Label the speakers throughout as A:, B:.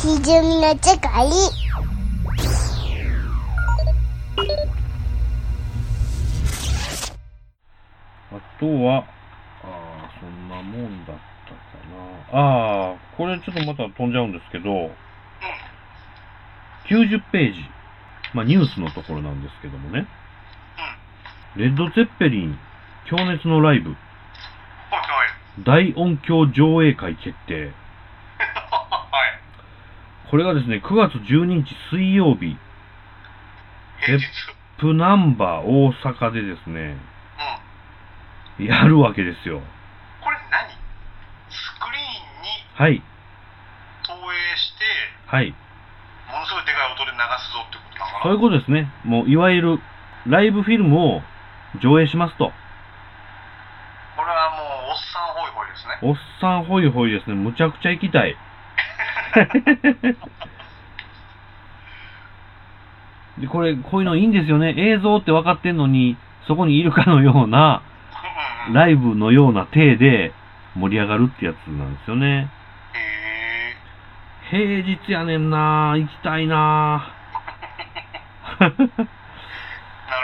A: ひじゅみの世界
B: あとは、ああ、そんなもんだったかな。ああ、これちょっとまた飛んじゃうんですけど、90ページ、まあニュースのところなんですけどもね、レッド・ゼッペリン、強熱のライブ、
C: はいは
B: 大
C: い。
B: 音響上映会決定。
C: はい。
B: これがですね、9月12日水曜日、
C: 平日。
B: プナンバー大阪でですね、
C: うん。
B: やるわけですよ。
C: これ何スクリーンに
B: はい、
C: 投影して、
B: はい。
C: ものすごいでかい音で流すぞってことだから。
B: そういうことですね。もう、いわゆる、ライブフィルムを上映しますと。
C: これはもう、おっさんホイホイですね。
B: おっさんホイホイですね。むちゃくちゃ行きたい。で、これ、こういうのいいんですよね。映像って分かってんのに、そこにいるかのような、
C: うんうん。
B: ライブのような体で盛り上がるってやつなんですよね。
C: へ
B: 平
C: え。
B: 日やねんな行きたいな
C: なる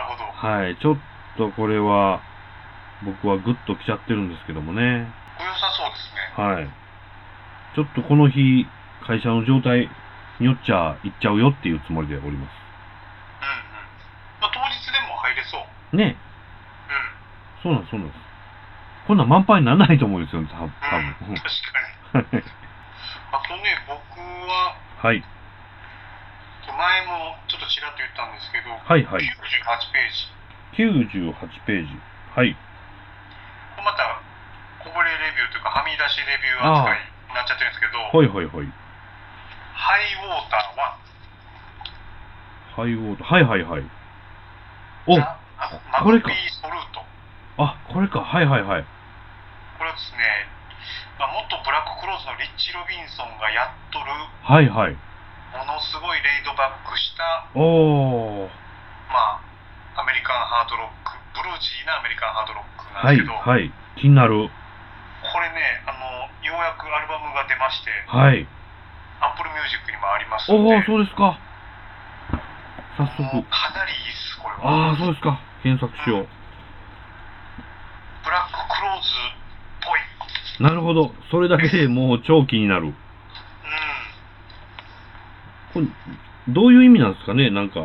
C: ほど。
B: はい、ちょっとこれは、僕はグッと来ちゃってるんですけどもね。
C: これ良さそうですね。
B: はい。ちょっとこの日、会社の状態によっちゃ行っちゃうよっていうつもりでおりま
C: うんうん。まあ、当日でも入れそう。う
B: す。ね
C: ん。
B: えそうなんです、そうなんです。こんなん満杯にならないと思うんですよね、た多
C: うん。
B: 分
C: 確かに。 あとね、僕は、
B: はい。
C: 前もちょっとちらっと言ったんですけど、
B: はいはい
C: 98ページ。
B: 98ページ。はい。
C: またこぼれレビューというかはみ出しレビュー扱いになっちゃってるんですけど
B: ほいほいほい。
C: ハイウォーターは
B: ハイウォーター。はいはいはい。お
C: ザマ
B: こ
C: グ
B: れ
C: ビ
B: か
C: ーソルート
B: あ、これか。はいはいはい。
C: これはですね、まあ、元ブラッククローズのリッチ・ロビンソンがやっとる
B: はいはい。
C: ものすごいレイドバックした
B: おー。
C: まあアメリカンハードロックブルージーなアメリカンハードロックな
B: は
C: ん
B: い
C: ですけど、
B: はい。気になる。
C: これねあのようやくアルバムが出まして
B: はい。
C: アップルミュージックにもあります
B: お
C: の
B: ー、
C: で
B: そうですか。早
C: もう
B: 速。
C: かなりいいですこれ
B: あ
C: は
B: あ、そうですか。検索しよ
C: ブラッククローズっぽい、
B: う。なるほど。それだけでもう超気になる。
C: うん、
B: これ、どういう意味なんですかねなんか、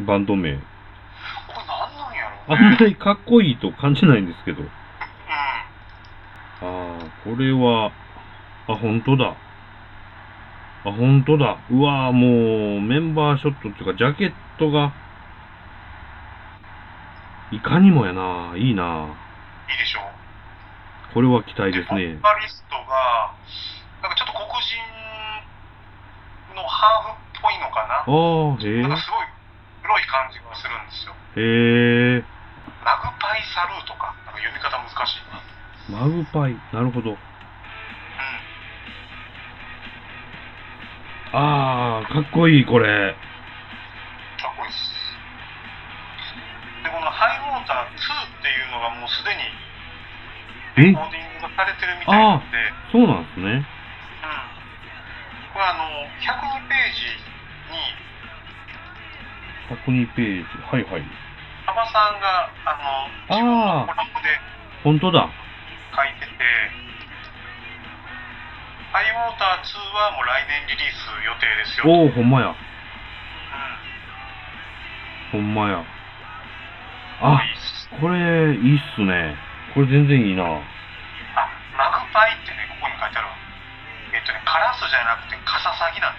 B: バンド名。
C: これなんなんやろ
B: あ
C: うね。うん。
B: んまりかっこいいと感じないんですけど。ああ、これは、あ、本当だ。あ、本当だ。うわーもう、メンバーショットっていうか、ジャケットが、いかにもやな。いいな。
C: いいでしょう。
B: これは期待です
C: ボー
B: ね。
C: カリストが、なんかちょっと黒人のハーフっぽいのかな。
B: ああ、へ
C: なんかすごい黒い感じがするんですよ。
B: え。へえ。
C: マグパイサルーとか、なんか読み方難しい。
B: マグ
C: うん。
B: パイ。なるほど。ああ、かっこいい、これ。
C: かっこいいです。で、このハイウォーター2っていうのがもうすでにレ
B: え
C: コーディングがされてるみたいなんで、うん。
B: そうなんですね。
C: これあの、102ページに、
B: 102ページ。はいはい。
C: 馬場さんがあの自分のコラムで
B: 本当だ。
C: 書いてて「ハイウォーター2」はもう来年リリース予定ですよ、うん、
B: おお、ほんまや。
C: い
B: ほんまや。あ、
C: いっす
B: これ、いいっすね。これ全然いいな。
C: あマグパイってねここに書いてあるわえっとねカラスじゃなくてカササギなん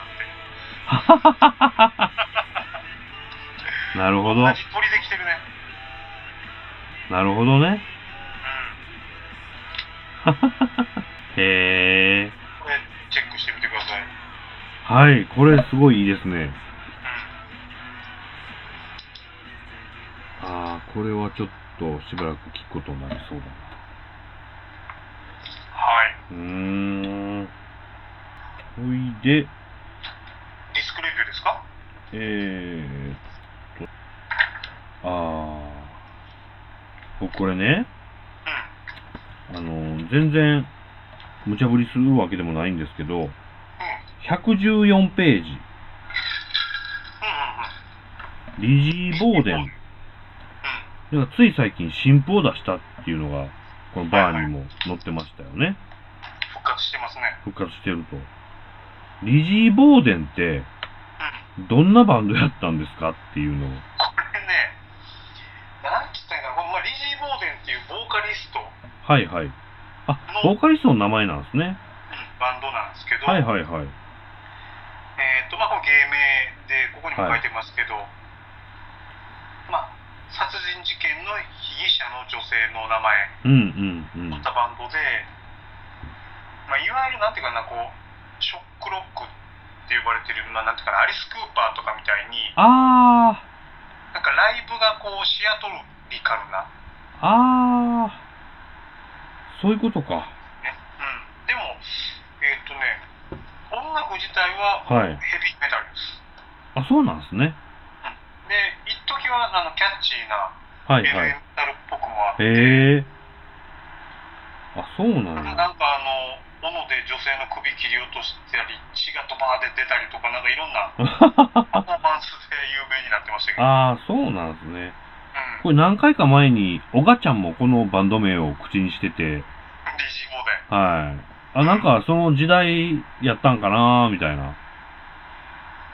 C: だって
B: なるほど。
C: 同
B: な
C: じ鳥で来てるね
B: るほどね。
C: うん
B: へえ。
C: これチェックしてみてください、うん、
B: はい、これすごいいいですね。ああ、これはちょっとしばらく聞くことになりそうだな。
C: はいう
B: ーん。ほいで、
C: ディスクレビューですか
B: えーっと、あー、僕これね、
C: うん
B: あの、全然、無茶ぶりするわけでもないんですけど、
C: うん
B: 114ページ。
C: うんうんうん
B: リジー・ボーデン。なんかつい最近新譜を出したっていうのが、このバーにも載ってましたよね。
C: 復活してますね
B: 復活してると。リジー・ボーデンって、
C: うん
B: どんなバンドやったんですかっていうのを。
C: これねなんつったんやろほんまリジー・ボーデンっていうボーカリスト、うん
B: はいはい。あ、ボーカリストの名前なんですね。
C: バンドなんですけど、
B: はいはいはい。
C: えーとまあ、この芸名でここにも書いてますけど、まあ、殺人事件の被疑者の女性の名
B: うんうんうん。
C: 前取ったバンドで、まあ、いわゆるなんていうかなこうショックロックって呼ばれてる、まあ、なんていうかなアリス・クーパーとかみたいに
B: あ
C: なんかライブがこうシアトルリカルな、
B: ー、あー、そういうことか。
C: ねうん、でも、えーっとね、音楽自体
B: はい。
C: はヘビーメタルです。
B: あ、そうなんですね。
C: で、一時はあのキャッチーな
B: はい
C: ヘビー
B: はい。
C: メタルっぽくもあって、
B: へえ。あ、そうなんや。
C: なんかあの斧で女性の首切り落としたり血がドバーで出たりとかなんかいろん なパフォーマンスで有名になってましたけど、
B: あー、そうなんですね。
C: うん、
B: これ何回か前に、おがちゃんもこのバンド名を口にしてて、
C: DG モデン
B: はい。あ、なんかその時代やったんかなーみたいな。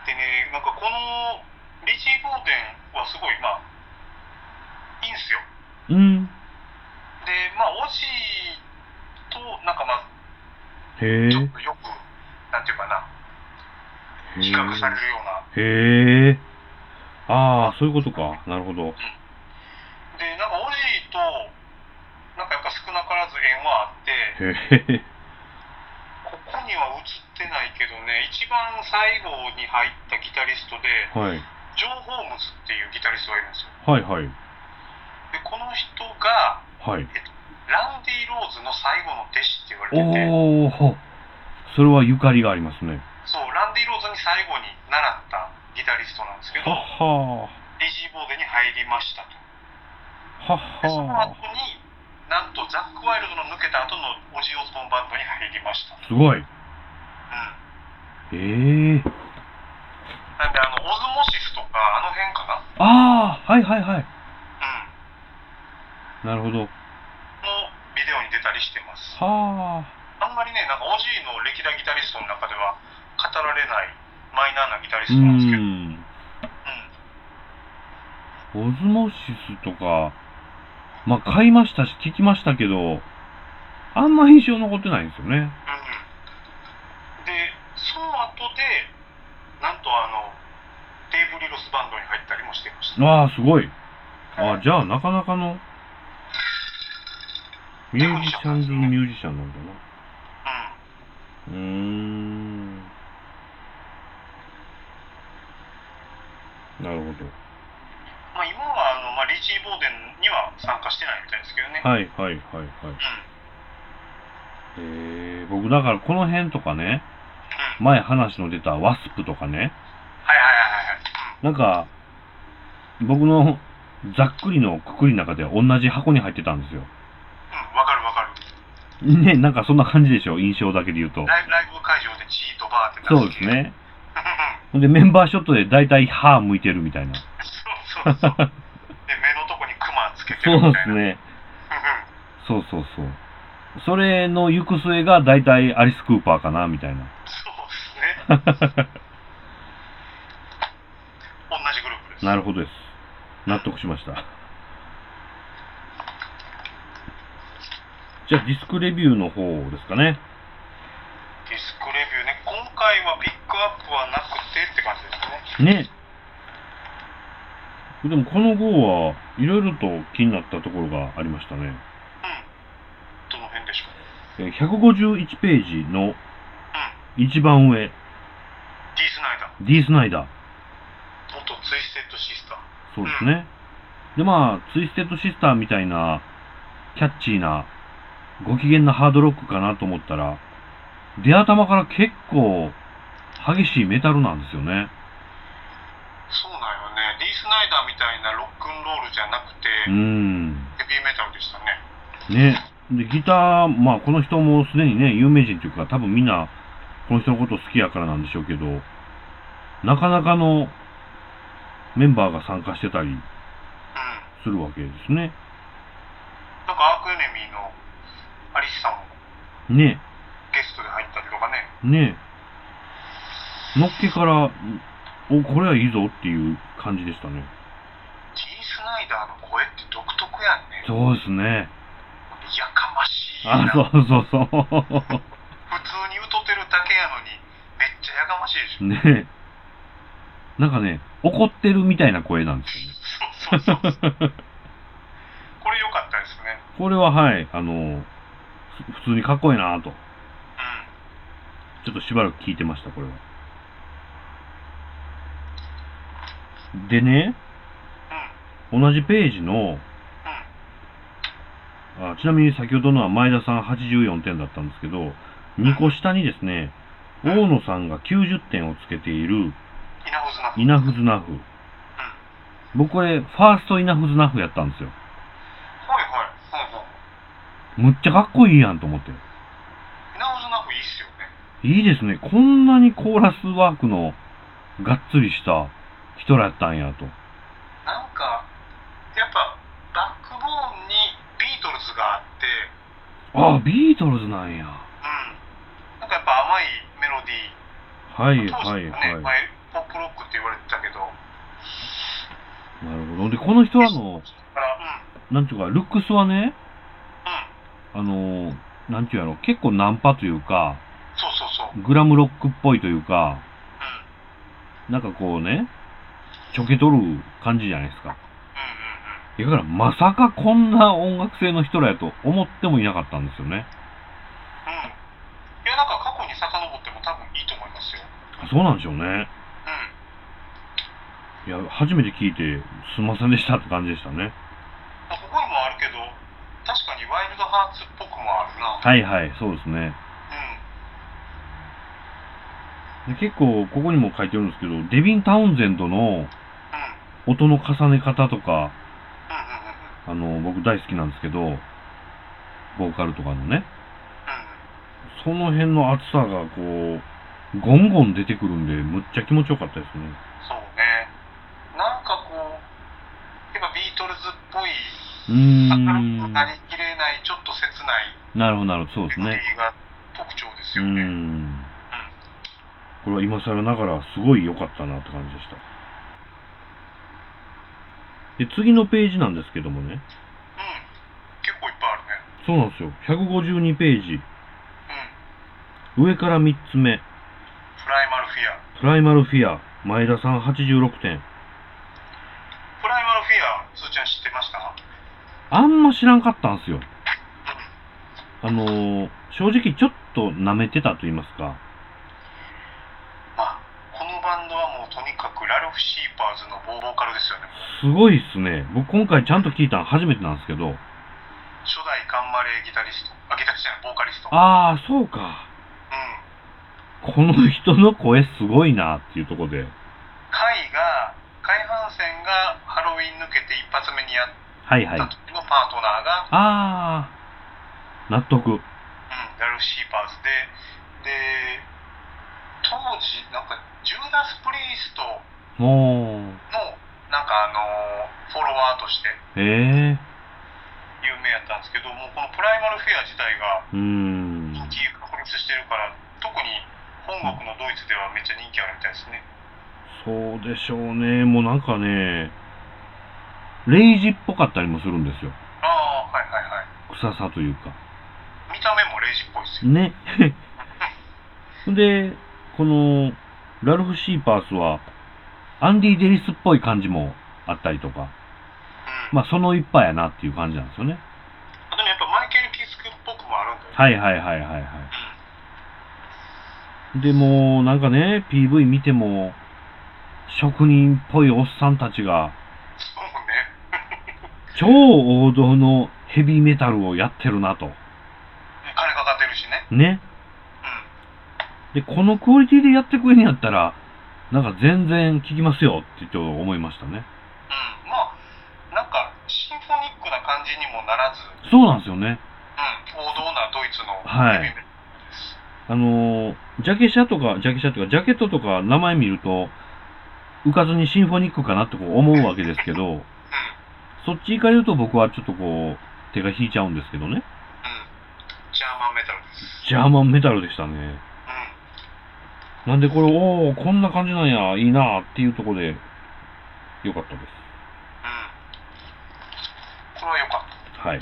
C: でねなんかこのリジー・ボーデンはすごいまあいいんすよ
B: うん。
C: でまあオジーとなんかまあ
B: へえ。
C: ちょっとよくなんていうかな比較され
B: へ
C: るような
B: え。ああ、そういうことか。なるほど。
C: でなんかオジーとなんかやっぱ少なからず縁はあって
B: へえ。
C: ここには映ってないけどね、一番最後に入ったギタリストで、
B: はい。
C: ジョン・ホームズっていうギタリストがいるんですよ。
B: はいはい。
C: で、この人が、
B: はい。
C: ランディ・ローズの最後の弟子って言われてて、
B: おお。それはゆかりがありますね。
C: そう、ランディ・ローズに最後に習ったギタリストなんですけど、
B: はっは
C: リジー・ボーデに入りましたと。
B: ー。はっ
C: で、その
B: は
C: 後に、なんとザック・ワイルドの抜けた後のオジー・オズボーンバンドに入りました。
B: ー。すごい。
C: うん。
B: ええー。
C: なんで、あの、オズモシスとか、あの辺かな
B: ああ、はいはいはい。
C: うん。
B: なるほど。
C: のビデオに出たりしてます。
B: はあ。
C: あんまりね、なんかオジーの歴代ギタリストの中では語られないマイナーなギタリス
B: う
C: トなんですけど、うん
B: ん。オズモシスとか、まあ、買いましたし、聞きましたけど、あんま印象残ってないんですよね。
C: うんで、その後で、なんとあの、デイブ・リロスバンドに入ったりもしていました。
B: ああ、すごい。あじゃあ、なかなかの、ミュージシャンズミュージシャンなんだな。
C: うん、
B: うーん。なるほ
C: まあ、今はあの、まあ、リーチー・ボーデンには参加してないみたいですけどね。
B: ど。はいはいはいはい。えー、僕だからこの辺とかね、
C: うん、うん、
B: 前話の出たワスプとかね、
C: はいはいはいはい。
B: なんか、僕のざっくりのくくりの中では同じ箱に入ってたんですよ。
C: うん、うんわかるわかる。
B: ね、なんかそんな感じでしょ、印象だけで言うと。
C: ライブライブ会場でチートバー
B: そう
C: って
B: です。ね。
C: う
B: ほんで、メンバーショットで大体歯向いてるみたいな。
C: ん うんそうそう そう。で、目のとこにクマつけて
B: そう
C: る
B: で
C: みたい
B: す
C: な。
B: ね。
C: うんうん
B: そうそうそう。それの行く末が大体アリス・クーパーかな、みたいな。
C: そうですね。同じグループです。
B: なるほどです。納得しました。じゃあ、ディスクレビューの方ですかね。
C: ディスクレビューね、今回はピックアップはなくてって感じですね。
B: ね。でも、この号はいろいろと気になったところがありましたね。
C: どの辺でしょう。
B: えー151ページの
C: うん。
B: 一番上、
C: ディースナイダー、
B: D スナイダー。
C: 元ツイステッドシスター。
B: そうですね。で、まあ、ツイステッドシスターみたいな、キャッチーな、ご機嫌なハードロックかなと思ったら、出頭から結構、激しいメタルなんですよね。
C: そうなんよね。ディースナイダーみたいなロックンロールじゃなくて、
B: うーん。
C: ヘビーメタルでしたね。
B: ね。で、ギター、まあ、この人もすでにね、有名人というか、多分みんな、この人のこと好きやからなんでしょうけど、なかなかのメンバーが参加してたり
C: うん
B: するわけですね。
C: なんかアークエネミーのアリスさんも
B: ね
C: ゲストで入ったりとかね。
B: え、ねえ。のっけから、お、これはいいぞっていう感じでしたね。
C: ディーン・スナイダーの声って独特やんね。
B: そうですね。
C: やかましい
B: あ
C: な。、
B: そ
C: 普
B: うそうそう。
C: 通に歌ってるだけやのに、めっちゃやかましい でしょ。
B: ねえ。なんかね、怒ってるみたいな声なんです
C: そうそうそう。これ良かったですね。
B: よね。これははい、あの、ふ普通にかっこいいなぁと。
C: うん。
B: ちょっとしばらく聞いてました、これは。でね、
C: うん。
B: 同じページの、
C: うん。
B: あちなみに先ほどのは前田さん84点だったんですけど、2個下にですね、大野さんが90点をつけている、
C: 稲穂綱。
B: イナフズナフ。
C: うん。
B: 僕これ、ファーストイナフズナフやったんですよ。
C: はいはい。うんうん。
B: むっちゃかっこいいやんと思って。
C: 稲穂綱いいっすよね。
B: いいですね。こんなにコーラスワークのがっつりした人らやったんやと。
C: なんか、やっぱ、バックボーンにビートルズがあって、
B: ああ、ビートルズなんや。
C: うん。なんかやっぱ甘いメロディー。
B: はい
C: 当時
B: はい
C: ね
B: はい。
C: まあポップロックって言われてたけど、
B: なるほど。で、この人らの、
C: だから、うん、
B: なんていうか、ルックスはね、
C: うん、
B: あのーなんていうやろ、結構ナンパというか、
C: そうそうそう、うん、
B: グラムロックっぽいというか、
C: うん、
B: な
C: うん、
B: んかこうね、ちょけとる感じじゃないですか。
C: うん、
B: いやだから、まさかこんな音楽性の人らやと思ってもいなかったんですよね。
C: うん。いや、なんか過去に遡っても多分いいと思いますよ。
B: あそうなんでしょうね。
C: うん。
B: いや、初めて聞いて、すんませんでしたって感じでしたね。
C: まあここにもあるけど、確かにワイルドハーツっぽくもあるな。
B: はいはい、そうですね。
C: うん。
B: で結構、ここにも書いてるんですけど、デビン・タウンゼンドの
C: うん、
B: 音の重ね方とか、
C: うん、うん、うん、
B: あ
C: うん。
B: の、僕大好きなんですけど、ボーカルとかのね、
C: う
B: その辺の厚さがこう、ゴンゴン出てくるんで、むっちゃ気持ちよかったですね。
C: ん、そうね。なんかこう、やっぱビートルズっぽい、
B: うーん
C: 明。るくなりきれない、ちょっと切ない
B: なるほど、なるほど、そうです
C: メロデ
B: ね。
C: ィーが特徴です
B: うー
C: よね。
B: ん。これは今更ながらすごい良かったなって感じでした。で、次のページなんですけどもね。
C: うん、結構いっぱいあるね。
B: そうなんですよ。152ページ。
C: うん。
B: 上から3つ目。
C: プライマルフィア。
B: プライマルフィア。前田さん86点。
C: プライマルフィア、すーちゃん知ってましたうん。
B: あんま知らんかったんすよ。あのー正直ちょっと舐めてたと言いますか。
C: まあ、このバンドはもうとにかくラルフ・シーパーズのボーボーカルですよね。
B: すごいっすね。僕今回ちゃんと聞いたの初めてなんですけど。
C: 初代ガンマレーギタリスト。あ、ギタリストじゃない、ボーカリスト。うん。
B: あー、そうか。この人の声すごいなっていうところで。
C: カイが、カイハンセンがハロウィン抜けて一発目にやっ
B: はいはい
C: た。時のパートナーが、
B: あー、納得。
C: うん、ラルフ・シーパーズで、で、当時、なんか、ジューダス・プリースト
B: もう、
C: の、なんかあのーフォロワーとして
B: え
C: 有名やったんですけど、もうこのプライマルフィア自体が、
B: ー、うーん。
C: 人気確立してるから特に本国のドイツではめっちゃ人気あるみたいですね
B: そうでしょうね。もうなんかね、レイジっぽかったりもするんですよ。
C: ああはいはいはい
B: 臭さというか。
C: 見た目もレイジっぽいですよ
B: ね。で、この、ラルフ・シーパースは、アンディ・デリスっぽい感じもあったりとか、
C: うん、
B: まあ、その一派やなっていう感じなんですよね。
C: でもやっぱマイケル・キスクっぽくもあるんだよ、
B: はいはいはいはいはい。でもう、なんかね、PV 見ても、職人っぽいおっさんたちが、
C: そうね
B: 超王道のヘビーメタルをやってるなと。
C: 金かかってるしね
B: ね。
C: うん
B: で、このクオリティでやってくれんやったら、なんか全然聞きますよってちょっと思いましたね。
C: うんまあなんかシンフォニックな感じにもならず、うん、
B: そうなんですよね。
C: 王道なドイツの
B: はい
C: ヘビメタルです、
B: ああのージャケ写とか、ジャケ写とか、ジャケットとか名前見ると、浮かずにシンフォニックかなってこう思うわけですけど、そっち行かれると僕はちょっとこう、手が引いちゃうんですけどね。
C: ジャーマンメタルです。
B: ジャーマンメタルでしたね。
C: うん。
B: なんでこれ、おおこんな感じなんや、いいなっていうところで、よかったです。
C: うん。これは良かった。
B: はい。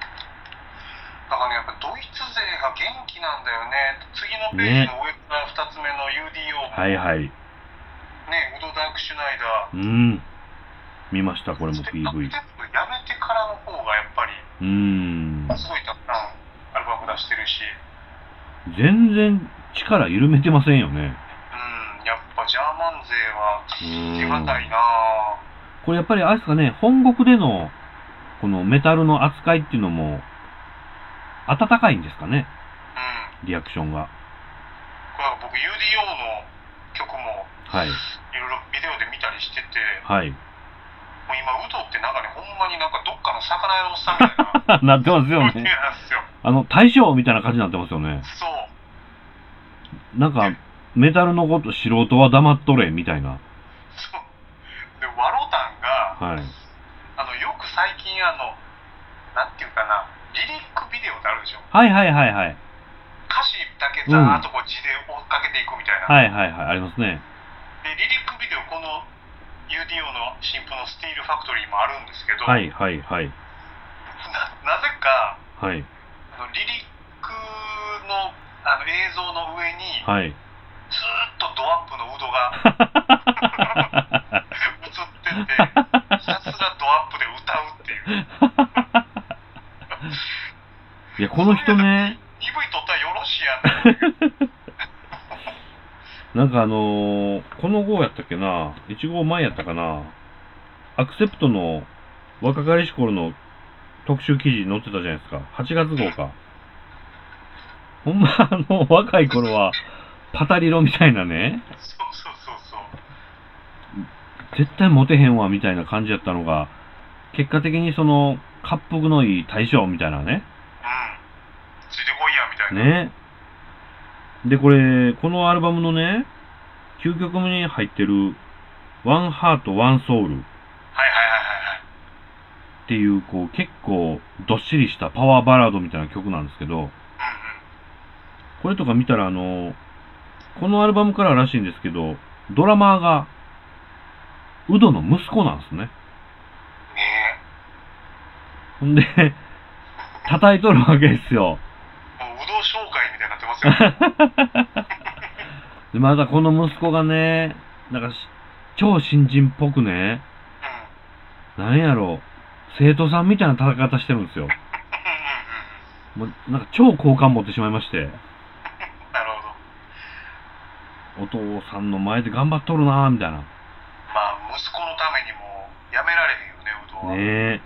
C: だからね、やっぱドイツ勢が元気なんだよね。次のページの上から2つ目の UDO、
B: はいはい。
C: ね、ウド・ダーク・シュナイダー。
B: うん。見ました、これも
C: ステップアッ
B: PV
C: プ。やめてからの方がやっぱり
B: うーん。
C: すごいたくさんアルバム出してるし、
B: 全然力緩めてませんよね。
C: うん、やっぱジャーマン勢は
B: う
C: 手堅
B: ーん。
C: いなぁ。
B: これやっぱりあれですかね、本国での、このメタルの扱いっていうのも、温かいんですかね、
C: うん、
B: リアクションが。
C: これは僕 UDO の曲も
B: はい。
C: いろいろビデオで見たりしてて、
B: はい。
C: もう今ウドって中にほんまになんかどっかの魚屋のおっさんみた いな。
B: なってますよ
C: なんで
B: ね。
C: すよ。
B: あの、大将みたいな感じになってますよね。
C: そう。
B: なんか、メタルのこと、素人は黙っとれ、みたいな。
C: そうでワロタンが
B: はい。
C: あのよく最近あのなんていうかなリリックビデオってあるでしょ
B: はいはいはいはい。
C: 歌詞だけざーっとこう字で追っかけていくみたいな、
B: はいはいはい、ありますね。
C: でリリックビデオこの UDO の新譜の「スティールファクトリー」もあるんですけど、
B: はいはいはい。
C: ななぜか
B: はい。
C: あのリリックのあの映像の上に
B: はい。
C: ずーっとドアップのウ ドが映っててひたすらドアップで歌うっていう
B: いや、この人ね、
C: EV 撮ったらよろしいやん
B: なんかあのーこの号やったっけな、1号前やったかな、アクセプトの若かりし頃の特集記事に載ってたじゃないですか、8月号か。ほんま、あの、若い頃は、パタリロみたいなね、
C: そうそうそうそう。
B: 絶対モテへんわみたいな感じやったのが、結果的にその、滑覆のいい大将みたいなね、
C: うん。ついてこいや、みたいな。
B: ね。で、これ、このアルバムのね、究極に入ってる、ワンハート、ワンソウル。
C: はいはいはいはいはい。
B: っていう、こう、結構、どっしりしたパワーバラードみたいな曲なんですけど、これとか見たら、あの、このアルバムかららしいんですけど、ドラマーが、ウドの息子なんですね。
C: うんうん。ね
B: ほんで、叩いとるわけですよ。
C: え。もう、うどん紹介みたいになって ますよ。うん。
B: で、またこの息子がね、なんかし、超新人っぽくね、
C: う
B: なんやろ、生徒さんみたいな叩き方してるんですよ。
C: んうん
B: もう、なんか超好感持ってしまいまして、
C: うん。なるほど。
B: お父さんの前で頑張っとるなぁ、みたいな。
C: まあ、息子のためにも、やめられへんよね、うどんは。
B: ねえ。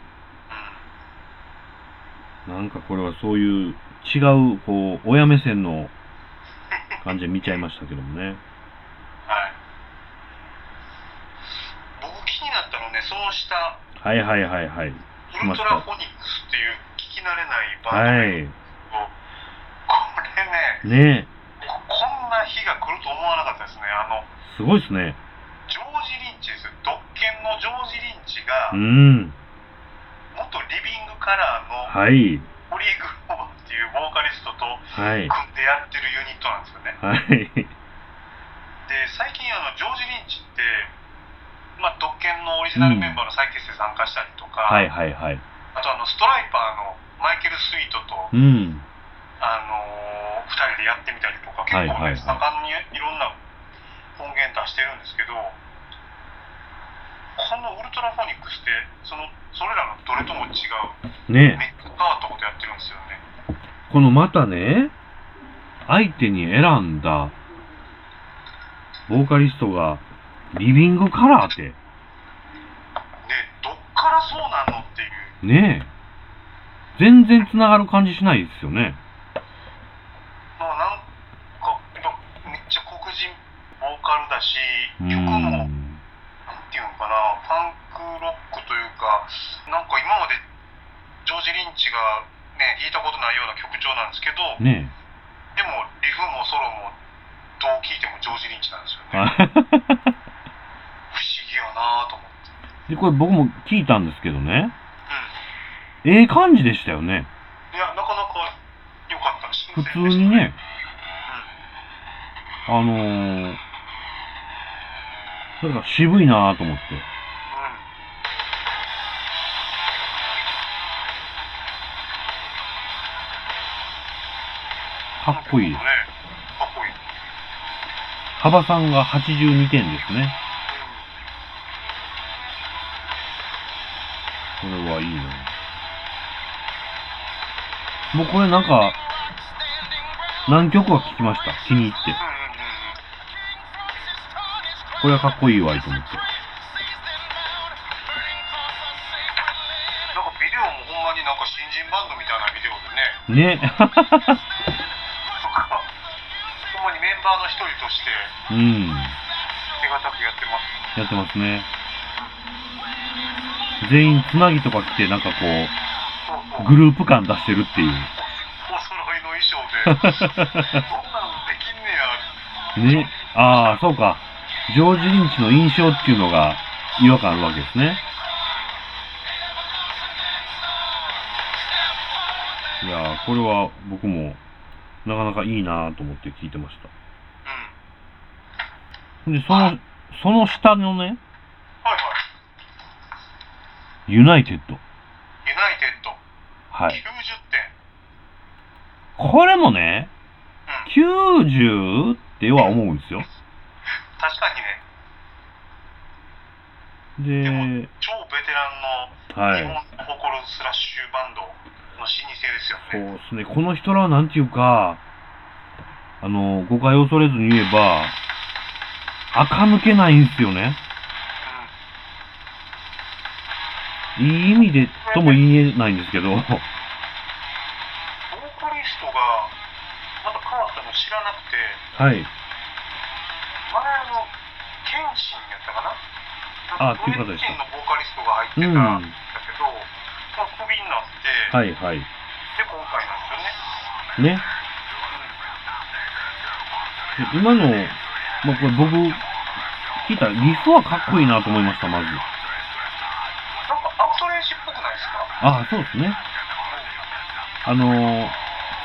C: うん。
B: なんかこれはそういう違う、こう、親目線の感じで見ちゃいましたけどもね。
C: はい。僕気になったのね、そうした、
B: はいはいはいはい。
C: ウ
B: きま
C: ル
B: した
C: トラフォニックスっていう聞き慣れないバンド
B: は
C: 名
B: い。
C: をこれ
B: ね
C: ね、ここんな日が来ると思わなかったですね。あの、
B: え、すごいっすね。
C: ジョージ・リンチですよ。独権のジョージ・リンチ
B: う
C: が、
B: ん。
C: 元リビングカラーの
B: はい。
C: ホリー・グローバーっていうボーカリストと
B: はい。
C: 組んでやってるユニットなんですよね。
B: はい。
C: で、最近あの、ジョージ・リンチって、まあ、独権のオリジナルメンバーの再結成参加したりとか、
B: はいはいはい。
C: あとあの、ストライパーのマイケル・スイートと、
B: うん。
C: あのー、2人でやってみたりとか、結構ね、
B: はいはいはい
C: 盛んにいろんな音源出してるんですけど、このウルトラフォニックスって、そのそれらのどれとも違う、
B: ねえ、
C: めっちゃ変わったことやってるんですよね。
B: このまたね、相手に選んだ、ボーカリストが、リビングカラーって、
C: で、どっからそうなのっていう、
B: ねえ、全然繋がる感じしないですよね。
C: まあ、なんか、やっぱめっちゃ黒人ボーカルだし、
B: う
C: 曲も、なん
B: ん。
C: ていうのかな、ファンクロックというか、なんか今までジョージ・リンチが、ね、弾いたことないような曲調なんですけど、
B: ね
C: でもリフもソロもどう聞いてもジョージ・リンチなんですよね、不思議やなぁと思って
B: で、これ僕も聞いたんですけどね。
C: う
B: ええ感じでしたよね。
C: んいやなかなか良かった新
B: 普
C: 鮮でし
B: 通
C: た
B: にね、
C: う
B: あのー、なんか渋いなぁと思って。
C: んうん
B: かっこいいで
C: ね
B: す。。
C: かっこいい。
B: 幅さんが82点ですね。これはいいなもうこれなんか、何曲か聴きました。気に入って。
C: うんうんうんうん。
B: これはかっこいいわ、いいと思って。
C: なんかビデオもほんまになんか新人バンドみたいなビデオでね、
B: ね。
C: なんかほんまにメンバーの一人として
B: うん。
C: 手堅くやってます。
B: やってますね。全員つなぎとか着て、なんかこ
C: そう
B: う、
C: そう。
B: グループ感出してるっていう。
C: お揃いの衣装で。そんなんできんねや。
B: ね。ああ、そうか。ジョージ・リンチの印象っていうのが違和感あるわけですね。いやー、これは僕もなかなかいいなーと思って聞いてました。
C: うん。
B: で、その、その下のね、
C: はいはい。
B: ユナイテッド。
C: ユナイテッド、
B: はい。
C: 90点。
B: これもね、
C: うん。
B: 90っては思うんですよ。
C: 確かにね、でも
B: で、
C: 超ベテランの
B: は
C: 日本
B: い。
C: の誇るスラッシュバンドの老舗ですよ
B: そう
C: ね。
B: ですね。この人らはなんていうか、あの、誤解を恐れずに言えば、垢抜けないんですよね。
C: うん
B: いい意味でとも言えないんですけど、
C: ボーカリストがまた変わったの知らなくて
B: はい。
C: 前あのケンシンやったか
B: あ
C: ななん
B: という方
C: ウエ
B: で
C: ス
B: した
C: チンのボーカリスト
B: う
C: が入ってた
B: ん。は
C: んだけど、まあ、クビにな
B: い
C: って、
B: はい。
C: で今回なんですよ
B: ね。で今の、まあ、
C: ね、
B: これ僕、聞いたら、リフはかっこいいなと思いました、まず。
C: なんかアウトレイジっぽくないですか
B: ああ、そうですね。あのー、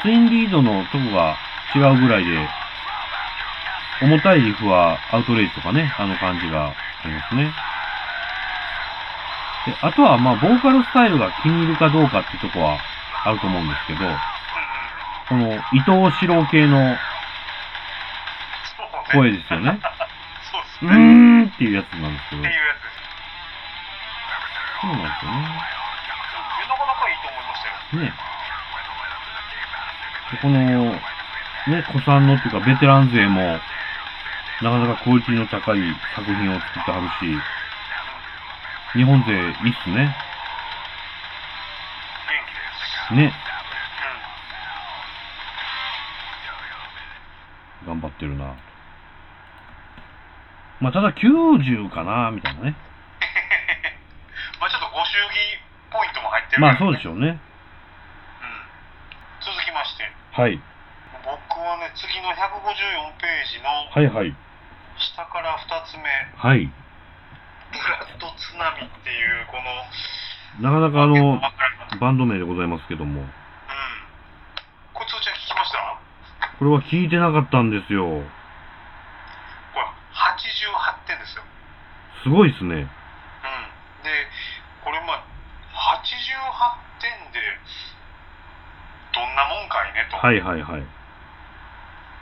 B: ツインリードのとこが違うぐらいで、重たいリフはアウトレイジとかね、あの感じがありますね。であとは、まあ、ボーカルスタイルが気に入るかどうかってとこはあると思うんですけど、
C: うんうん
B: この伊藤四郎系の
C: そう
B: 声
C: ね
B: ですよね。
C: そう
B: う
C: ですね、
B: ー
C: っ
B: んっていうやつなんですけど
C: ていう、やつです
B: そうなんですよね。
C: うんなかなかいいと思いました
B: ね。
C: よ
B: でこの、ね、古参のっていうか、ベテラン勢も、なかなかクオリティの高い作品を作ってはるし、日本勢いいっすね。
C: 元気です、
B: ね。
C: うん
B: 頑張ってるな。まあ、ただ90かな、みたいなね。
C: まあちょっとご祝儀ポイントも入ってる
B: まあ、そうで
C: しょ、
B: しょうね。
C: うん、続きまして
B: はい。
C: 僕はね次の154ページの
B: はいはい。
C: 下から2つ目
B: はい。
C: 「ブラッド津波」っていうこ
B: な
C: の
B: かなかあの、
C: わかりますうん
B: バンド名でございますけども、
C: これ通知は聞きました
B: これは聞いてなかったんですよ。
C: これ88点ですよ、
B: すごいっすね。
C: うん、でこれまあ88点でどんなもんかいねと、
B: はいはいはい。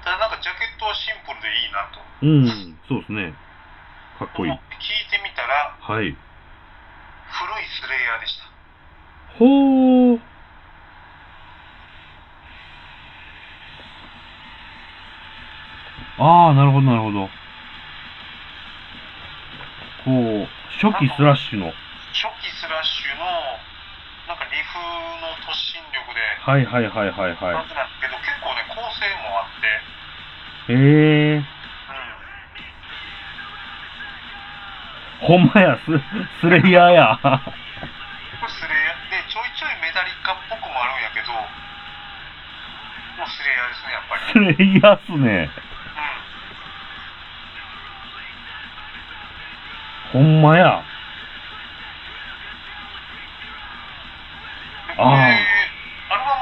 C: ただなんかジャケットはシンプルでいいなと
B: うん、そうですね。かっこいい
C: 聞。いてみたら
B: はい。
C: 古いスレイヤーでした
B: ほー。ああ、なるほど、なるほど。こう、初期スラッシュの。
C: 初期スラッシュのなんかリフの突進力で
B: はいはいはいはいは
C: 感じなんですけど、結構ね構成もあって、
B: い。へえ。ほんまや、ス、スレイヤーや。
C: これスレイヤーでちょいちょいメダリカっぽくもあるんやけどもうスレイヤ代ですね、やっぱり。
B: それ嫌っすね。
C: う
B: ほんまや。
C: ん。で、
B: あー
C: これ、アルバム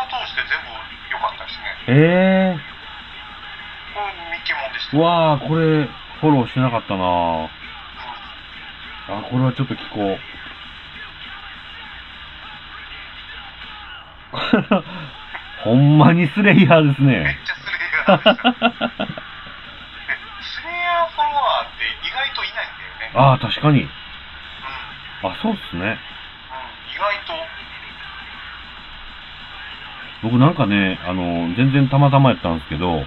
C: 通して全部良かったですね。
B: え
C: これ、ミッケモンでし
B: え
C: た。
B: ー。
C: うん
B: わあ、これ、フォローしてなかったなあ、これはちょっと聞こう。ほんまにスレイヤーです
C: めっ
B: ね。
C: ちゃスレイヤーでした。でスレイヤーフォロワーって意外といないんだ
B: あ
C: よね。
B: あ、確かに。
C: うん
B: あ、そうっすね。
C: うん意外と、
B: 僕なんかね、あの、全然たまたまやったんですけど、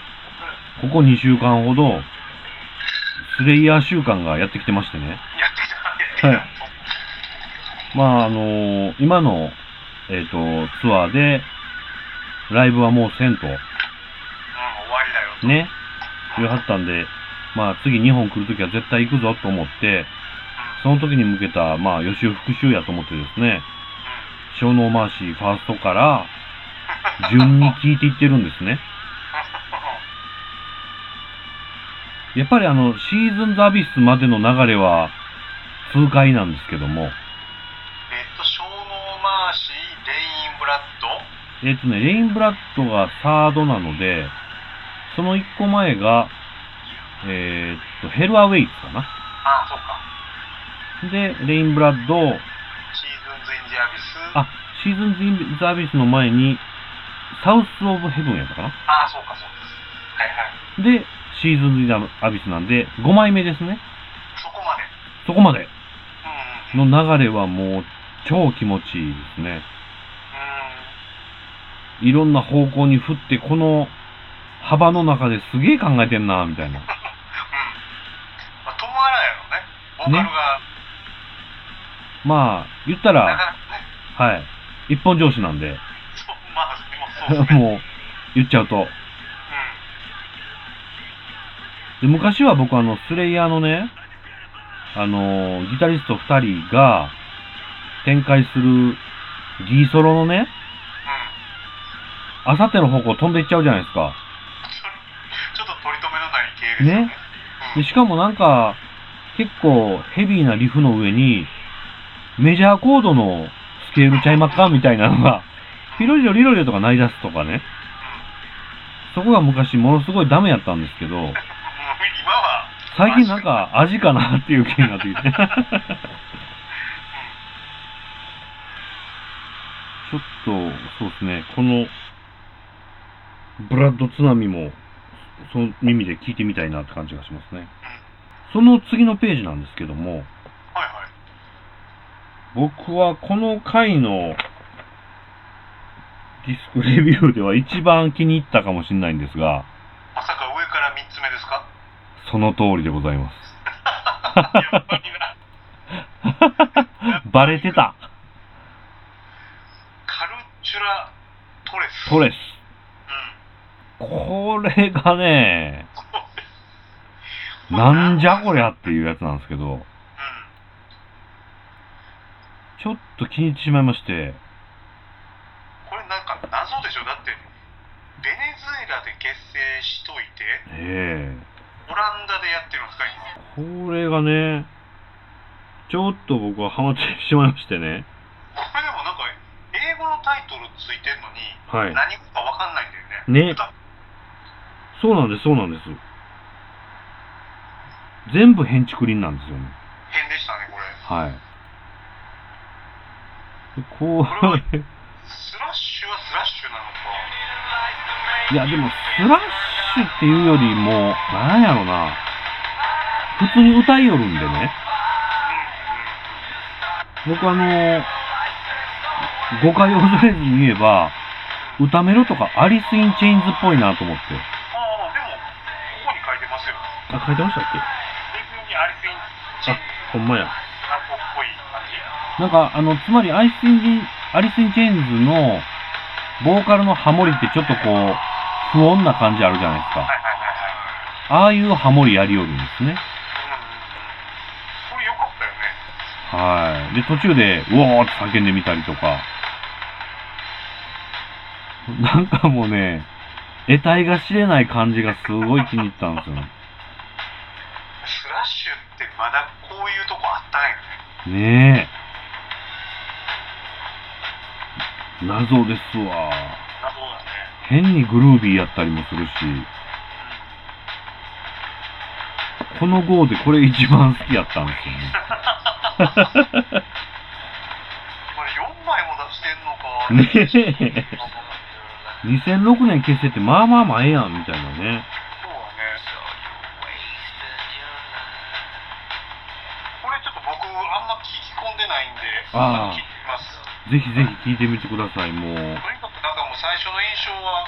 B: ここ2週間ほど、スレイヤー週間がやってきてましてね。
C: やってきた、やってきた。
B: まあ、あの今の、えっ、と、ツアーで、ライブはもうせんと、
C: うん、終わりだよ。
B: ね、言わはったんで、まあ、次日本来るときは絶対行くぞと思って、その時に向けた、まあ、予習復習やと思ってですね、小脳回しファーストから、順に聞いていってるんですね。やっぱりあの、シーズンズアビスまでの流れは、痛快なんですけども、
C: えっと、小脳回し、レインブラッド、
B: えっ、とね、レインブラッドがサードなので、その一個前が、えっと、ヘルアウェイズかな。
C: あそうか、
B: で、レインブラッド、
C: シーズンズ・イン・ディ・アビス、あ
B: あ、シーズンズ・インザ・アビスの前に、サウス・オブ・ヘブンやったかな。
C: そうか、そうです。はいはい。
B: で、シーズンズ・インザ・アビスなんで、5枚目ですね。
C: そこまで。
B: そこまで
C: うんうん。うん。
B: の流れはもう、超気持ちいいですね。いろんな方向に振って、この幅の中ですげえ考えてんな、みたいな。
C: まあ、トム・アラーやろね。ボーカルが、
B: まあ、言ったら、
C: なかなかね、
B: はい。一本上司なんで、
C: そう、まあ、でもそうですね。
B: もう、言っちゃうと。
C: うん。
B: で昔は僕あの、スレイヤーのね、あのーギタリスト二人が展開するギーソロのね、
C: うん。
B: あさっての方向飛んでいっちゃうじゃないですか。
C: ちょっと取り留めのない系ですよね。
B: ねでしかもなんか、結構ヘビーなリフの上に、メジャーコードのスケールちゃいまっかみたいなのが、ピロリロリロリロとか鳴り出すとかね。そこが昔ものすごいダメやったんですけど、
C: もう今は、
B: 最近なんか味かなっていう気にな ってきて。ちょっと、そうですね、この、ブラッド津波も、その耳で聞いてみたいなって感じがしますね。その次のページなんですけども、
C: はいはい。
B: 僕はこの回のディスクレビューでは一番気に入ったかもしれないんですが、
C: まさか上から3つ目で すか
B: その通りでございます。
C: やっぱりな。
B: バレてた
C: カルチュラ・トレス。
B: トレ
C: ス。
B: ス
C: うん。
B: これがね、なんじゃこりゃっていうやつなんですけど、
C: うん。
B: ちょっと気に入ってしまいまして、
C: これなんか謎でしょ。だって、ベネズエラで結成しといて、
B: え
C: オランダでやってるんですか、今。
B: えこれがね、ちょっと僕はハマってしまいましてね。
C: これでもなんか、英語のタイトルついてんのに、
B: はい。
C: 何語かわかんないんだよね。
B: ね
C: だ
B: そうなんです、そうなんです。全部変竹林なんですよね。
C: 変でしたね、これ。
B: はい。でこれ、
C: スラッシュはスラッシュなのか。
B: いやでもスラッシュっていうよりも、なんやろな。普通に歌いよるんでね。
C: う
B: 僕あの誤解を恐れずに言えば、
C: んうんうん。
B: 歌メロとかアリス・イン・チェインズっぽいなと思って。
C: ああ、でも、ここに書いてますよ。
B: あ、書いてましたっ
C: レビューにアリス・イン・チ
B: け
C: ェ
B: あ
C: ン、
B: ほんまや。
C: タコっぽい感じ。
B: なんか、あの、つまりアリス・イン・アリスインチェインズの、ボーカルのハモリってちょっとこう、不穏な感じあるじゃないですか。
C: はいはいはいはい。
B: ああいうハモリやりよるんですね。
C: うん。これ良かったよ
B: は
C: ね。
B: い。で、途中で、うおーって叫んでみたりとか。なんかもうね、得体が知れない感じがすごい気に入ったんですよね。
C: スラッシュってまだこういうとこあったんやね
B: ねえ。謎ですわ。
C: 謎だね
B: 変にグルービーやったりもするし、この号でこれ一番好きやったんですよね。
C: これ4枚も出してんのか
B: ねえ2006年結成ってまあまあ前やんみたいなね。
C: そうだねこれちょっと僕あんま聞き込んでないんで
B: あー
C: 聞いてみます
B: ぜひぜひ聞いてみてください、もう。
C: とにかくなんかもう最初の印象は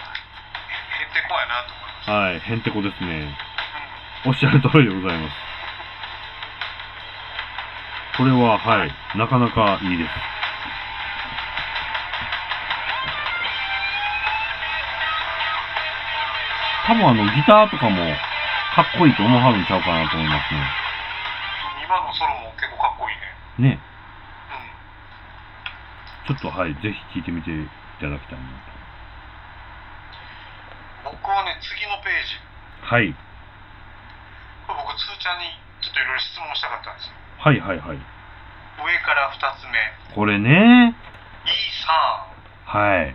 C: へへってこやなと思います
B: はい、へんてこですね。
C: うん
B: おっしゃる通りでございます。これは、はい、なかなかいいです。多分あの、ギターとかも、かっこいいと思わはるんちゃうかなと思います
C: 今のソロも結構かっこいい
B: ね。
C: ね。
B: ね。
C: うん。
B: ちょっと、はい、ぜひ聞いてみていただきたいなと。
C: 僕はね、次のページ。
B: はい。
C: これ僕、つーちゃんにちょっといろいろ質問したかったんですよ。
B: はいはいはい。
C: 上から2つ目。い
B: これね。
C: いさん。
B: はい。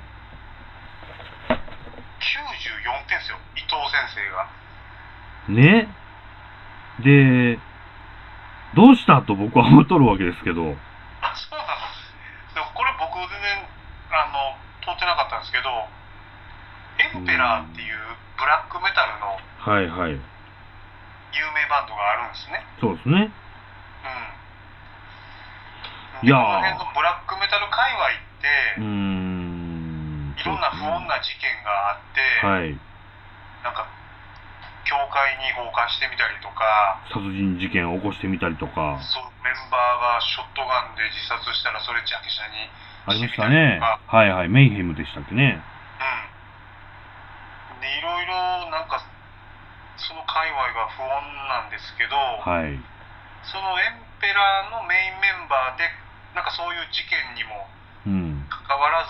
C: 94点ですよ。伊藤先生が。
B: ね。で、どうしたと僕は思っとるわけですけど。
C: あ、そうなのでもこれ僕全然、あの、通ってなかったんですけど、エンペラーっていうブラックメタルの
B: はいはい。
C: 有名バンドがあるんですね。
B: そうですね。
C: うん。
B: いやー
C: この辺のブラックメタル界隈っ
B: う
C: て、
B: ーん。
C: いろんな不穏な事件があって、
B: はい。
C: なんか教会に放火してみたりとか
B: 殺人事件を起こしてみたりとか、
C: そうメンバーがショットガンで自殺したらそれジャケシャに
B: ありましたね。はいはい。メイヘムでしたっけね。
C: うんでいろいろなんかその界隈が不穏なんですけど、
B: はい。
C: そのエンペラーのメインメンバーでなんかそういう事件にも
B: うん。
C: 関わらず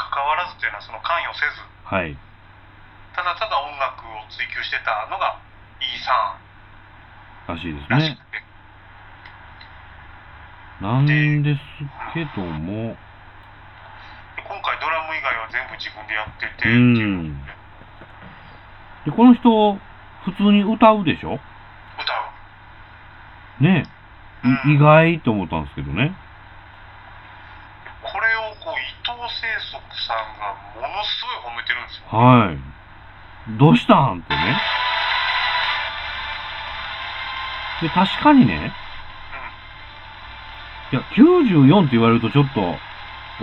C: 関わらずというのはその関与せず
B: はい。
C: ただただ音楽を追求してたのがイーサン
B: らしいです
C: らし
B: ね
C: く。て、
B: なんですけども、
C: で今回ドラム以外は全部自分でやっててって
B: う。
C: いうん
B: で、この人、普通に歌うでしょ
C: 歌う
B: ね
C: う
B: え。
C: ん
B: 意外と思ったんですけどね。
C: これをこう伊藤清則さんがものすごい褒めてるんですよ
B: はい。どうしたんってね。で、確かにね、いや、94って言われるとちょっと、お、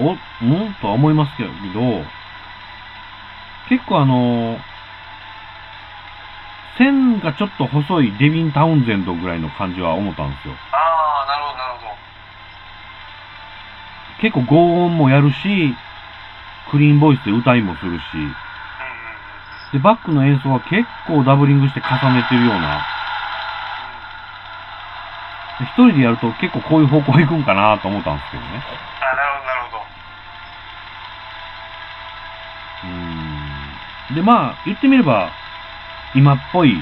B: うんとは思いますけど、結構あの、線がちょっと細いデビン・タウンゼンドぐらいの感じは思ったんですよ。
C: ああなるほどなるほど
B: 結構強音もやるし、クリーンボイスで歌いもするし、
C: うんうんうん
B: で、バックの演奏は結構ダブリングして重ねてるような、
C: あ
B: で一人でやると結構こういう方向行くんかなと思ったんですけどね。
C: なるほどなるほど
B: うん。で、まあ、言ってみれば、今っぽい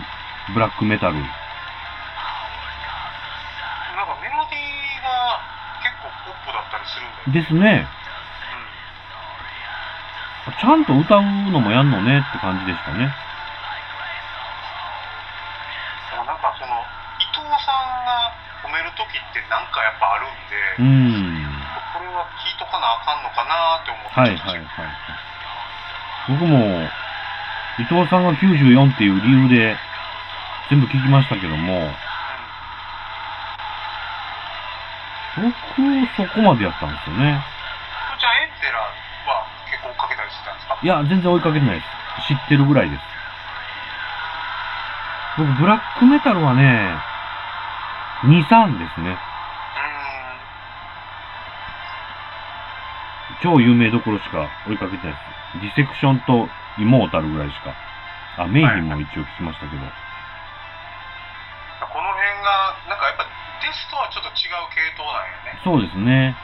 B: ブラックメタル。
C: なんかメロディーが結構ポップだったりするんだよ、
B: ですね。ちゃんと歌うのもやんのねって感じでしたね。
C: うん、なんかその伊藤さんが褒める時ってなんかやっぱあるん
B: うん。
C: で、これは聞いとかなあかんのかなーって思って
B: はいはいはい。僕も、伊藤さんが94っていう理由で全部聞きましたけども、僕、そこまでやったんですよね。
C: うん、じゃあエンペラーは結構追っかけたりしてたんですか
B: いや、全然追いかけてないです。知ってるぐらいです。僕、ブラックメタルはね、2、3ですね。
C: うん
B: 超有名どころしか追いかけてないです。ディセクションとイモータルぐらいしか。あ、メインも一応聞きましたけど。
C: この辺がなんかやっぱデスとはちょっと違う系統なんよね、
B: そうですね。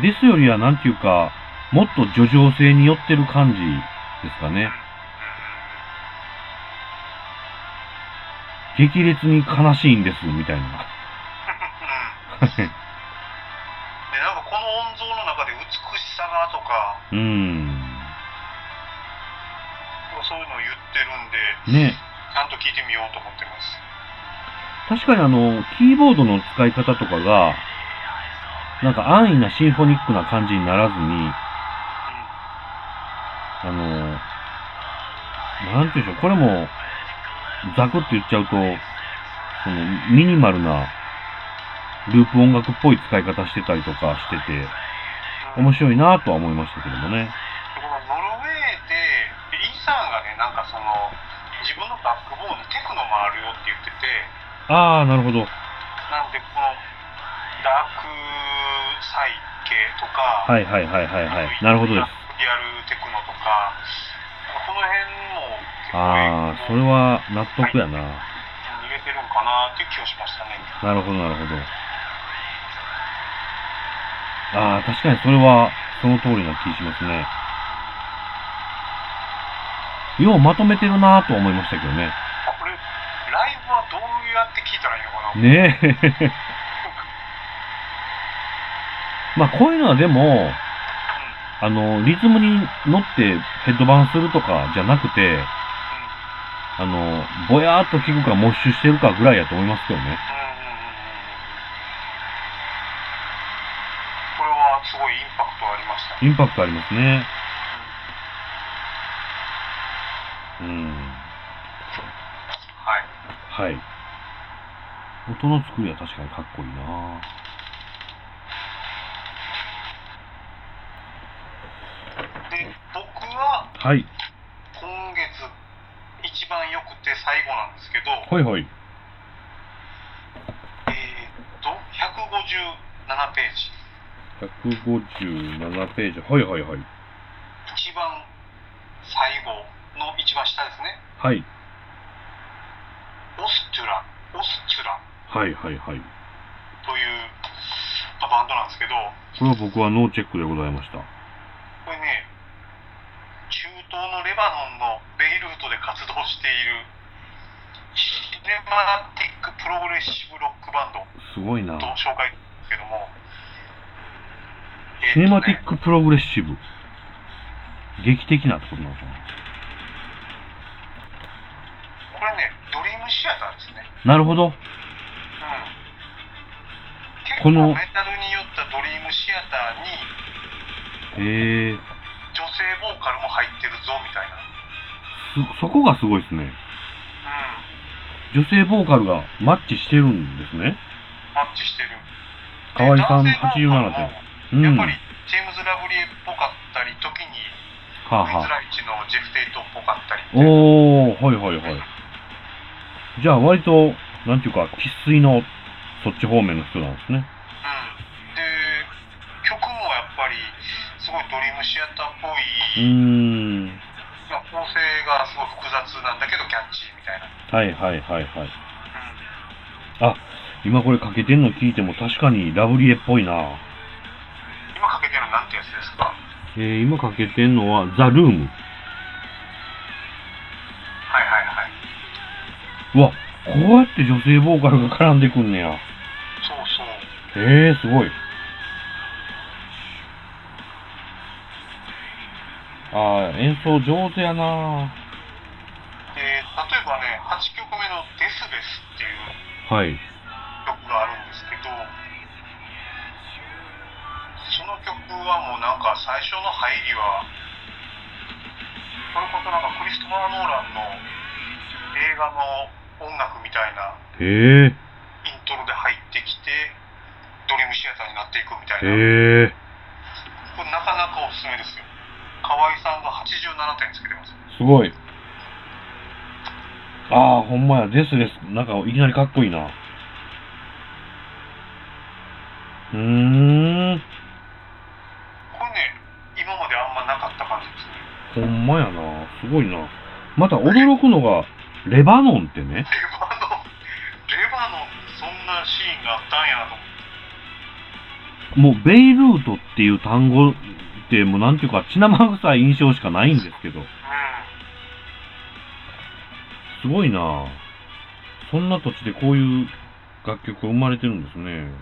C: うん、
B: ですよりは、なんていうか、もっと叙情性に寄ってる感じですかね。激烈に悲しいんです、みたいな。
C: でなんかこの音像の中で美しさがとか
B: うーん。
C: そういうのを言ってるんで
B: ね。
C: ちゃんと聞いてみようと思ってま
B: 確
C: す
B: かにあの、キーボードの使い方とかが、なんか安易なシンフォニックな感じにならずに、
C: う
B: あの、なんていうんでしょう、これも、ザクって言っちゃうと、その、ミニマルな、ループ音楽っぽい使い方してたりとかしてて、
C: んうん
B: 面白いなぁとは思いましたけどもね。
C: このノルウェーでイーサンがねなんかその自分のバックボーンにテクノもあるよって言ってて
B: あー、なるほど。
C: なんでこのダークサイ系とか、
B: はいはいはいはいはい。なるほどです。
C: リアルテクノとかこの
B: あー、
C: 辺も結構
B: それは納得やな。
C: 入れてるんかなっていう気がしましたね
B: なるほど、なるほど。ああ、確かにそれは、その通りな気しますね。ようまとめてるなぁと思いましたけどね。
C: これライブはどうやって聞いたらいいのかな、
B: ねえ。 まあ、こういうのはでも、
C: う
B: あの、リズムに乗ってヘッドバンするとかじゃなくて、
C: んうん
B: あの、ぼやーっと聞くか、モッシュしてるかぐらいやと思いますけどね。
C: うんうんうんうんこれはすごいインパクトありましたね。
B: インパクトありますね。うん。
C: はい。
B: はい。音の作りは確かにかっこいいな
C: で、僕は
B: はい。
C: 今月一番良くて最後なんですけど、
B: はいはい。
C: えーっと、157ページ。
B: 157ページ。はいはいはい。
C: 一番最後の一番下ですね。
B: はい。
C: オスチュラ、オスチュラ
B: はいはいはい。
C: という、まあバンドなんですけど、
B: これは僕はノーチェックでございました。
C: これね、中東のレバノンのベイルートで活動しているシネマティックプログレッシブロックバンド
B: すごいな
C: と紹介ですけども、
B: シネマティ
C: え
B: ッ
C: ー
B: クプログレッシブ。劇的なってことなのか
C: とねこれね、ドリームシアターですね。
B: ななるほど。
C: う
B: こ
C: ん、結
B: の
C: 構メタルによったドリームシアタ
B: へ
C: ーに
B: えー。
C: 女性ボーカルも入ってるぞみたいな。
B: すそこがすごいですね。
C: うん
B: 女性ボーカルがマッチしてるんですね。
C: マッチしてる。
B: 河合さん
C: で男性ボーカルも
B: うん。
C: やっぱり
B: は
C: ジェームズ・ラブリエっぽかったり、時に
B: あ、
C: クイ
B: は
C: ズ
B: あ。
C: ライチのジェフ・テイトっぽかったりっていう。
B: おー、はいはいはい。じゃあ割と、なんていうか、生粋のそっち方面の人なんですね。
C: うんで、曲もやっぱりすごいドリームシアターっぽ
B: うーん。
C: い、まあ構成がすごい複雑なんだけどキャッチーみたいな。
B: はいはいはいはい。
C: うん
B: 今これかけてんの聞いても確かにラブリエっぽいな。
C: 今かけてるのなんてやつですかはい
B: えー、今かけてんのはザ・ルーム。
C: はいはい。
B: うわ、こうやって女性ボーカルが絡んでくんねや。
C: そうそう。
B: えー、すごい。あー、演奏上手やな
C: で、例えばね、8曲目のデスベスっていう
B: はい。
C: 曲があるんですけどその曲はもうなんか最初の入りはそれこそなんかクリストファー・ノーランの映画の音楽みたいな
B: へえ
C: イントロで入ってきてドリームシアターになっていくみたい
B: ー、
C: な
B: へえー。
C: これなかなかおすすめですよ河合さんが87点つけてます
B: すごい。ああ、ほんまや、ですです。なんか、いきなりかっこいいな。うーん、
C: これね今まであんまなかった感じですね
B: ほんまやな。すごいな。また驚くのが、レバノンってね、
C: レバノンレバノンにそんなシーンがあったんやなと思って
B: もうベイルートっていう単語って、もうなんていうか、血生臭い印象しかないんですけど、
C: う
B: すごいなぁ。そんな土地でこういう楽曲が生まれてるんですね。
C: ん、うん。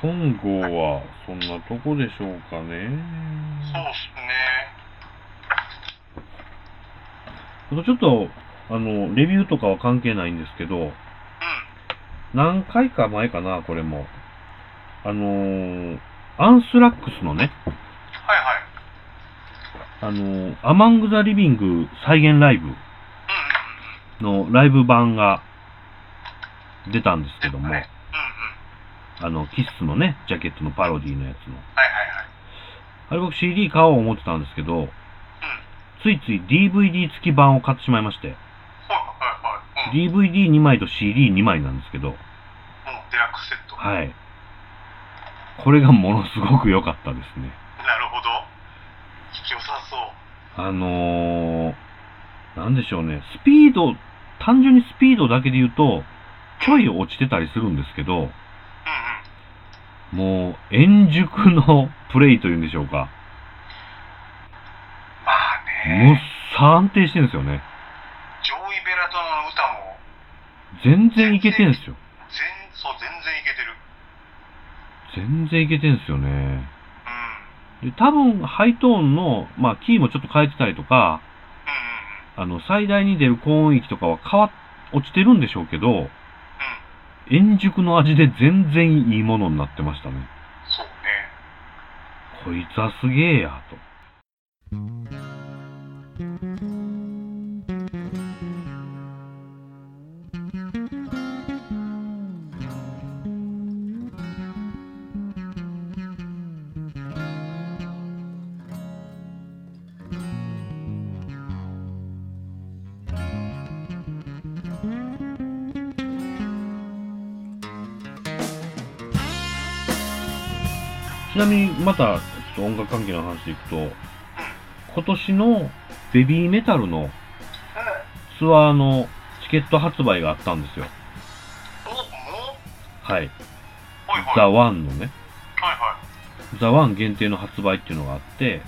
B: 今後は、そんなとこでしょうかね。
C: そうっすね。
B: あとちょっと、あの、レビューとかは関係ないんですけど、
C: う
B: 何回か前かな、これも。あのーアンスラックスのね、
C: ん。はいはい。
B: あのーアマング・ザ・リビング再現ライブ
C: うんう
B: の
C: ん
B: ライブ版が出たんですけど
C: うん。
B: も、
C: ね。うんうん。
B: あの、キッスのね、ジャケットのパロディのやつの。
C: はいはいはい。
B: あれ僕 CD 買おう思ってたんですけど、
C: うん。
B: ついつい DVD 付き版を買ってしまいまして、
C: はいはいはい。うん。
B: DVD2 枚と CD2 枚なんですけど、
C: うん、デラックスセット。
B: はい。これがものすごく良かったですね。
C: なるほど。引き良さそう。
B: あのー、なんでしょうね、スピード、単純にスピードだけで言うと、ちょい落ちてたりするんですけど、
C: うんうん。
B: もう、円熟のプレイというんでしょうか、
C: まあ
B: もっ
C: ね。
B: さ安定してるんですよね。
C: ジョイ・ベラトナの歌も
B: 全然いけてんすよ。
C: 全、そう、全然いけてる。
B: 全然いけてんすよね。
C: うん。
B: で、多分、ハイトーンの、まあ、キーもちょっと変えてたりとか、
C: うん
B: あの、最大に出る高音域とかは変わっ、落ちてるんでしょうけど、
C: うんうん。うん。
B: 円熟の味で全然いいものになってましたね。
C: そうね。
B: こいつはすげえや、と。ちなみにまたちょっと音楽関係の話でいくと、今年のベビーメタルのツアーのチケット発売があったんですよ。
C: お、もう
B: はい。
C: はいはい。
B: ザ・ワンのね。
C: はいは
B: ザ・ワン限定の発売っていうのがあって、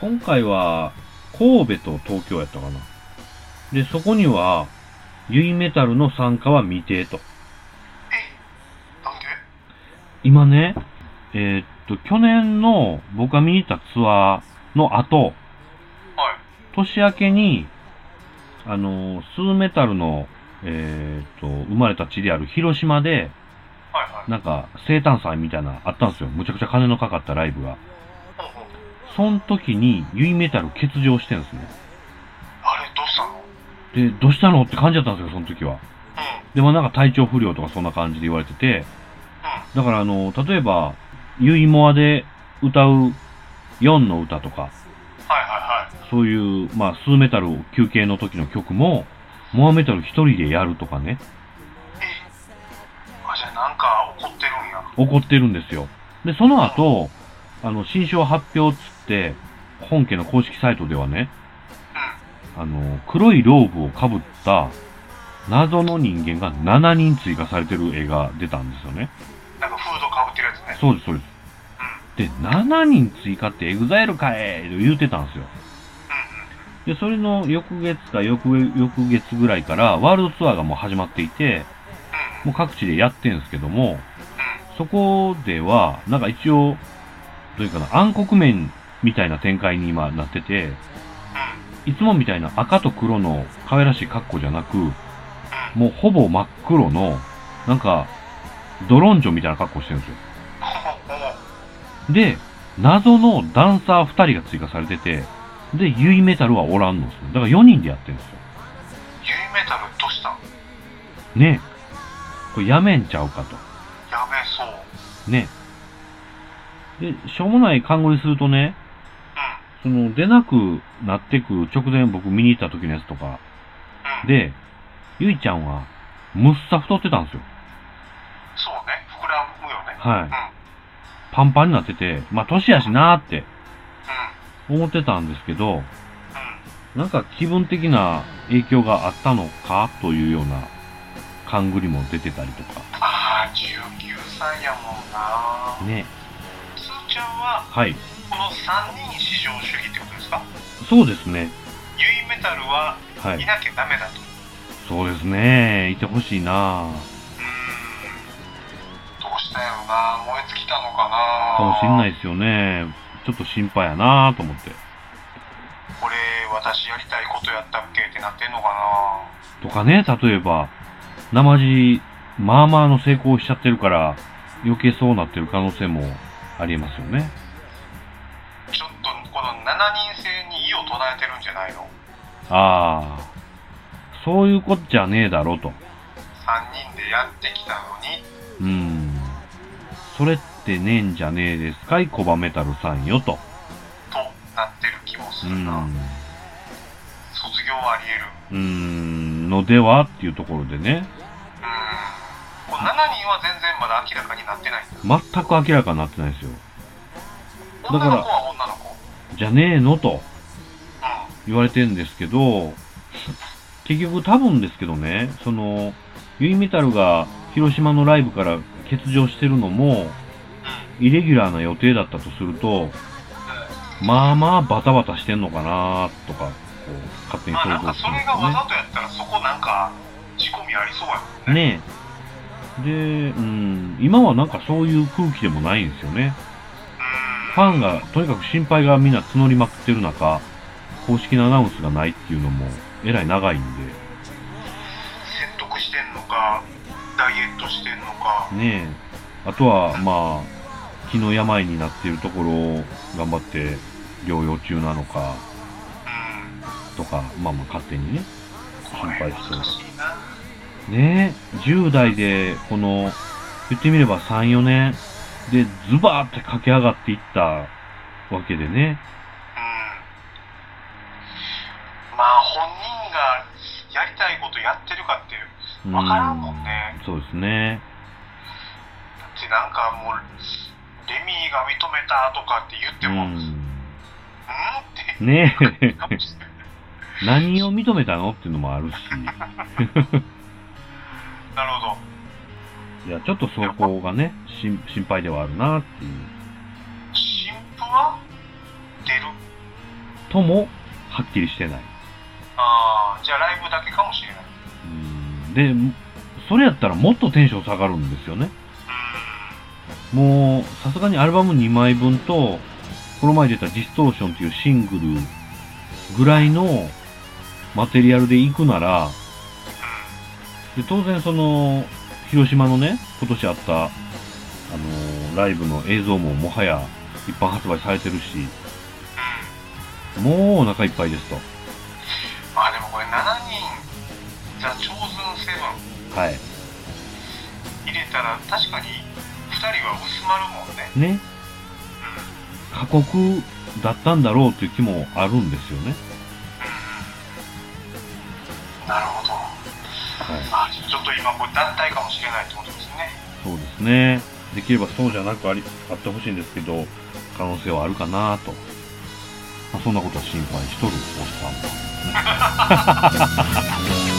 B: 今回は神戸と東京やったかな。で、そこには、ユイメタルの参加は未定と。
C: い。えなんで
B: 今ね、えーっと、去年の僕が見に行ったツアーの後、
C: はい。
B: 年明けに、あのースーメタルの、えーっと、生まれた地である広島で、
C: はいはい。
B: なんか、生誕祭みたいな、あったんですよ。むちゃくちゃ金のかかったライブが。
C: ほうほう
B: その時に、ユイメタル欠場してるんです
C: あれ、どうしたの
B: ね。で、どうしたのって感じだったんですよ、その時は。
C: うん。
B: でもなんか体調不良とかそんな感じで言われてて、
C: う
B: だからあのー例えば、ユイモアで歌う4の歌とか、
C: ん。はいはいはい。
B: そういう、まあ、スーメタルを休憩の時の曲も、モアメタル一人でやるとかね、
C: あ、じゃあなんか怒ってるんや。
B: 怒ってるんですよ。で、その後、あの、新章発表っつって、本家の公式サイトではね、あの、黒いローブをかぶった謎の人間が7人追加されてる映画出たんですよね。
C: なんかフードかぶってるやつね。
B: そうです、そうです。で、7人追加ってエグザイルかえと言うてたんですよ。で、それの翌月か翌翌月ぐらいから、ワールドツアーがもう始まっていて、もう各地でやってんすけども、そこでは、なんか一応、どういうかな、暗黒面みたいな展開に今なってて、いつもみたいな赤と黒の可愛らしい格好じゃなく、もうほぼ真っ黒の、なんか、ドロンジョみたいな格好してるんですよ。
C: うん。うん。うん。
B: で、謎のダンサー2人が追加されてて、で、ユイメタルはおらんのっすね。だから4人でやってるんですよ。
C: ユイメタルどうしたん
B: ねえ、これやめんちゃうかと。
C: やべえそう。
B: ねで、しょうもない看護にするとね、
C: う
B: その出なくなってく直前僕見に行った時のやつとか、
C: ん。うん。
B: で、ゆいちゃんはむっさ太ってたんですよ。
C: そうね。膨らむよね。
B: は
C: うん。う
B: い。パンパンになってて、まあ年やしなーって
C: ん。
B: 思ってたんですけど、
C: うん。
B: なんか気分的な影響があったのかというような勘ぐりも出てたりとか、
C: ああ、19歳やもんな。
B: ね。
C: は
B: はい。
C: この3人至上主義ってことですか
B: そうですね。
C: ユイメタルは
B: はいい。
C: なきゃダメだと、
B: そうですね。いてほしいな
C: うーんどうしたんやろな燃え尽きたのかな
B: かもしんないいですよね。ちょっと心配やなと思って。
C: これ私やりたいことやったっけってなってんのかな
B: とかね、例えば、生地、まあまあの成功しちゃってるから、余計そうなってる可能性もありえますよね。
C: ちょっとこの7人制に異を唱えてるんじゃないの
B: ああ、そういうこっちゃねえだろと。
C: 3人でやってきたの
B: う
C: に
B: ん。それってねえんじゃねえですかい、コバメタルさんよと。
C: となってる気もす
B: う
C: るな、
B: ん。
C: 卒業はありえる
B: うん、のではっていうところでね、
C: うんこの7人は全然まだ明らかになってないんだ
B: 全く明らかになってないですよ。
C: 女の子は女の子
B: じゃねえのと
C: う
B: 言われてんですけど、結局多分ですけどね、その、ユイメタルが広島のライブから欠場してるのも、
C: んうん
B: イレギュラーな予定だったとすると、まあまあバタバタしてんのかなとか、こう、勝手に
C: まあ
B: 想
C: なんか
B: 像す
C: そ
B: るんで
C: れ
B: す
C: が
B: よ
C: わ
B: ね。
C: ざとやったらそこなんか仕込みありそうやもんね
B: ねえ。で、うん、今はなんかそういう空気でもないんですよね。ファンが、とにかく心配がみんな募りまくってる中、公式なアナウンスがないっていうのも、えらい長いん
C: 説得してんのかダイエットしてんのか
B: で、ねえ。あとは、まあ、気の病になっているところを頑張って療養中なのか、
C: うん
B: とか、まあまあ勝手にね。
C: これ難しいな
B: ねえ、10代で、この、言ってみれば3、4年でズバーって駆け上がっていったわけでね。
C: うんまあ本人がやりたいことやってるかっていう
B: う
C: わからんもんね
B: そうですね。
C: だってなんかもうレミーが認めたとかって言っても、うん、って
B: うん。ね え。
C: かもしれない
B: 何を認めたのっていうのもあるし、
C: なるほ
B: い
C: ど
B: や、ちょっとそこがね、心心配ではあるなっていう、
C: 新婦は出る
B: とも、はっきりしてない。
C: ああじゃあライブだけかもしれないう
B: うんで、それやったらもっとテンション下がるんですよね。
C: ん
B: もう、さすがにアルバム2枚分と、この前出たディストーションっていうシングルぐらいのマテリアルで行くなら、で当然その広島のね今年あった、あのーライブの映像ももはや一般発売されてるしもうお腹いっぱいですと
C: まあでもこれ7人ザ・チョーズンセブン
B: はい
C: 入れたら確かに2人は薄まるもんね
B: ね
C: う
B: 過酷だったんだろうという気もあるんですよね
C: んなるほど
B: はい
C: まあちょっと今これ団体かもしれないってことですね
B: そうですねできればそうじゃなくありあってほしいんですけど可能性はあるかなと、まあ、そんなことは心配しとるおっさんなんですね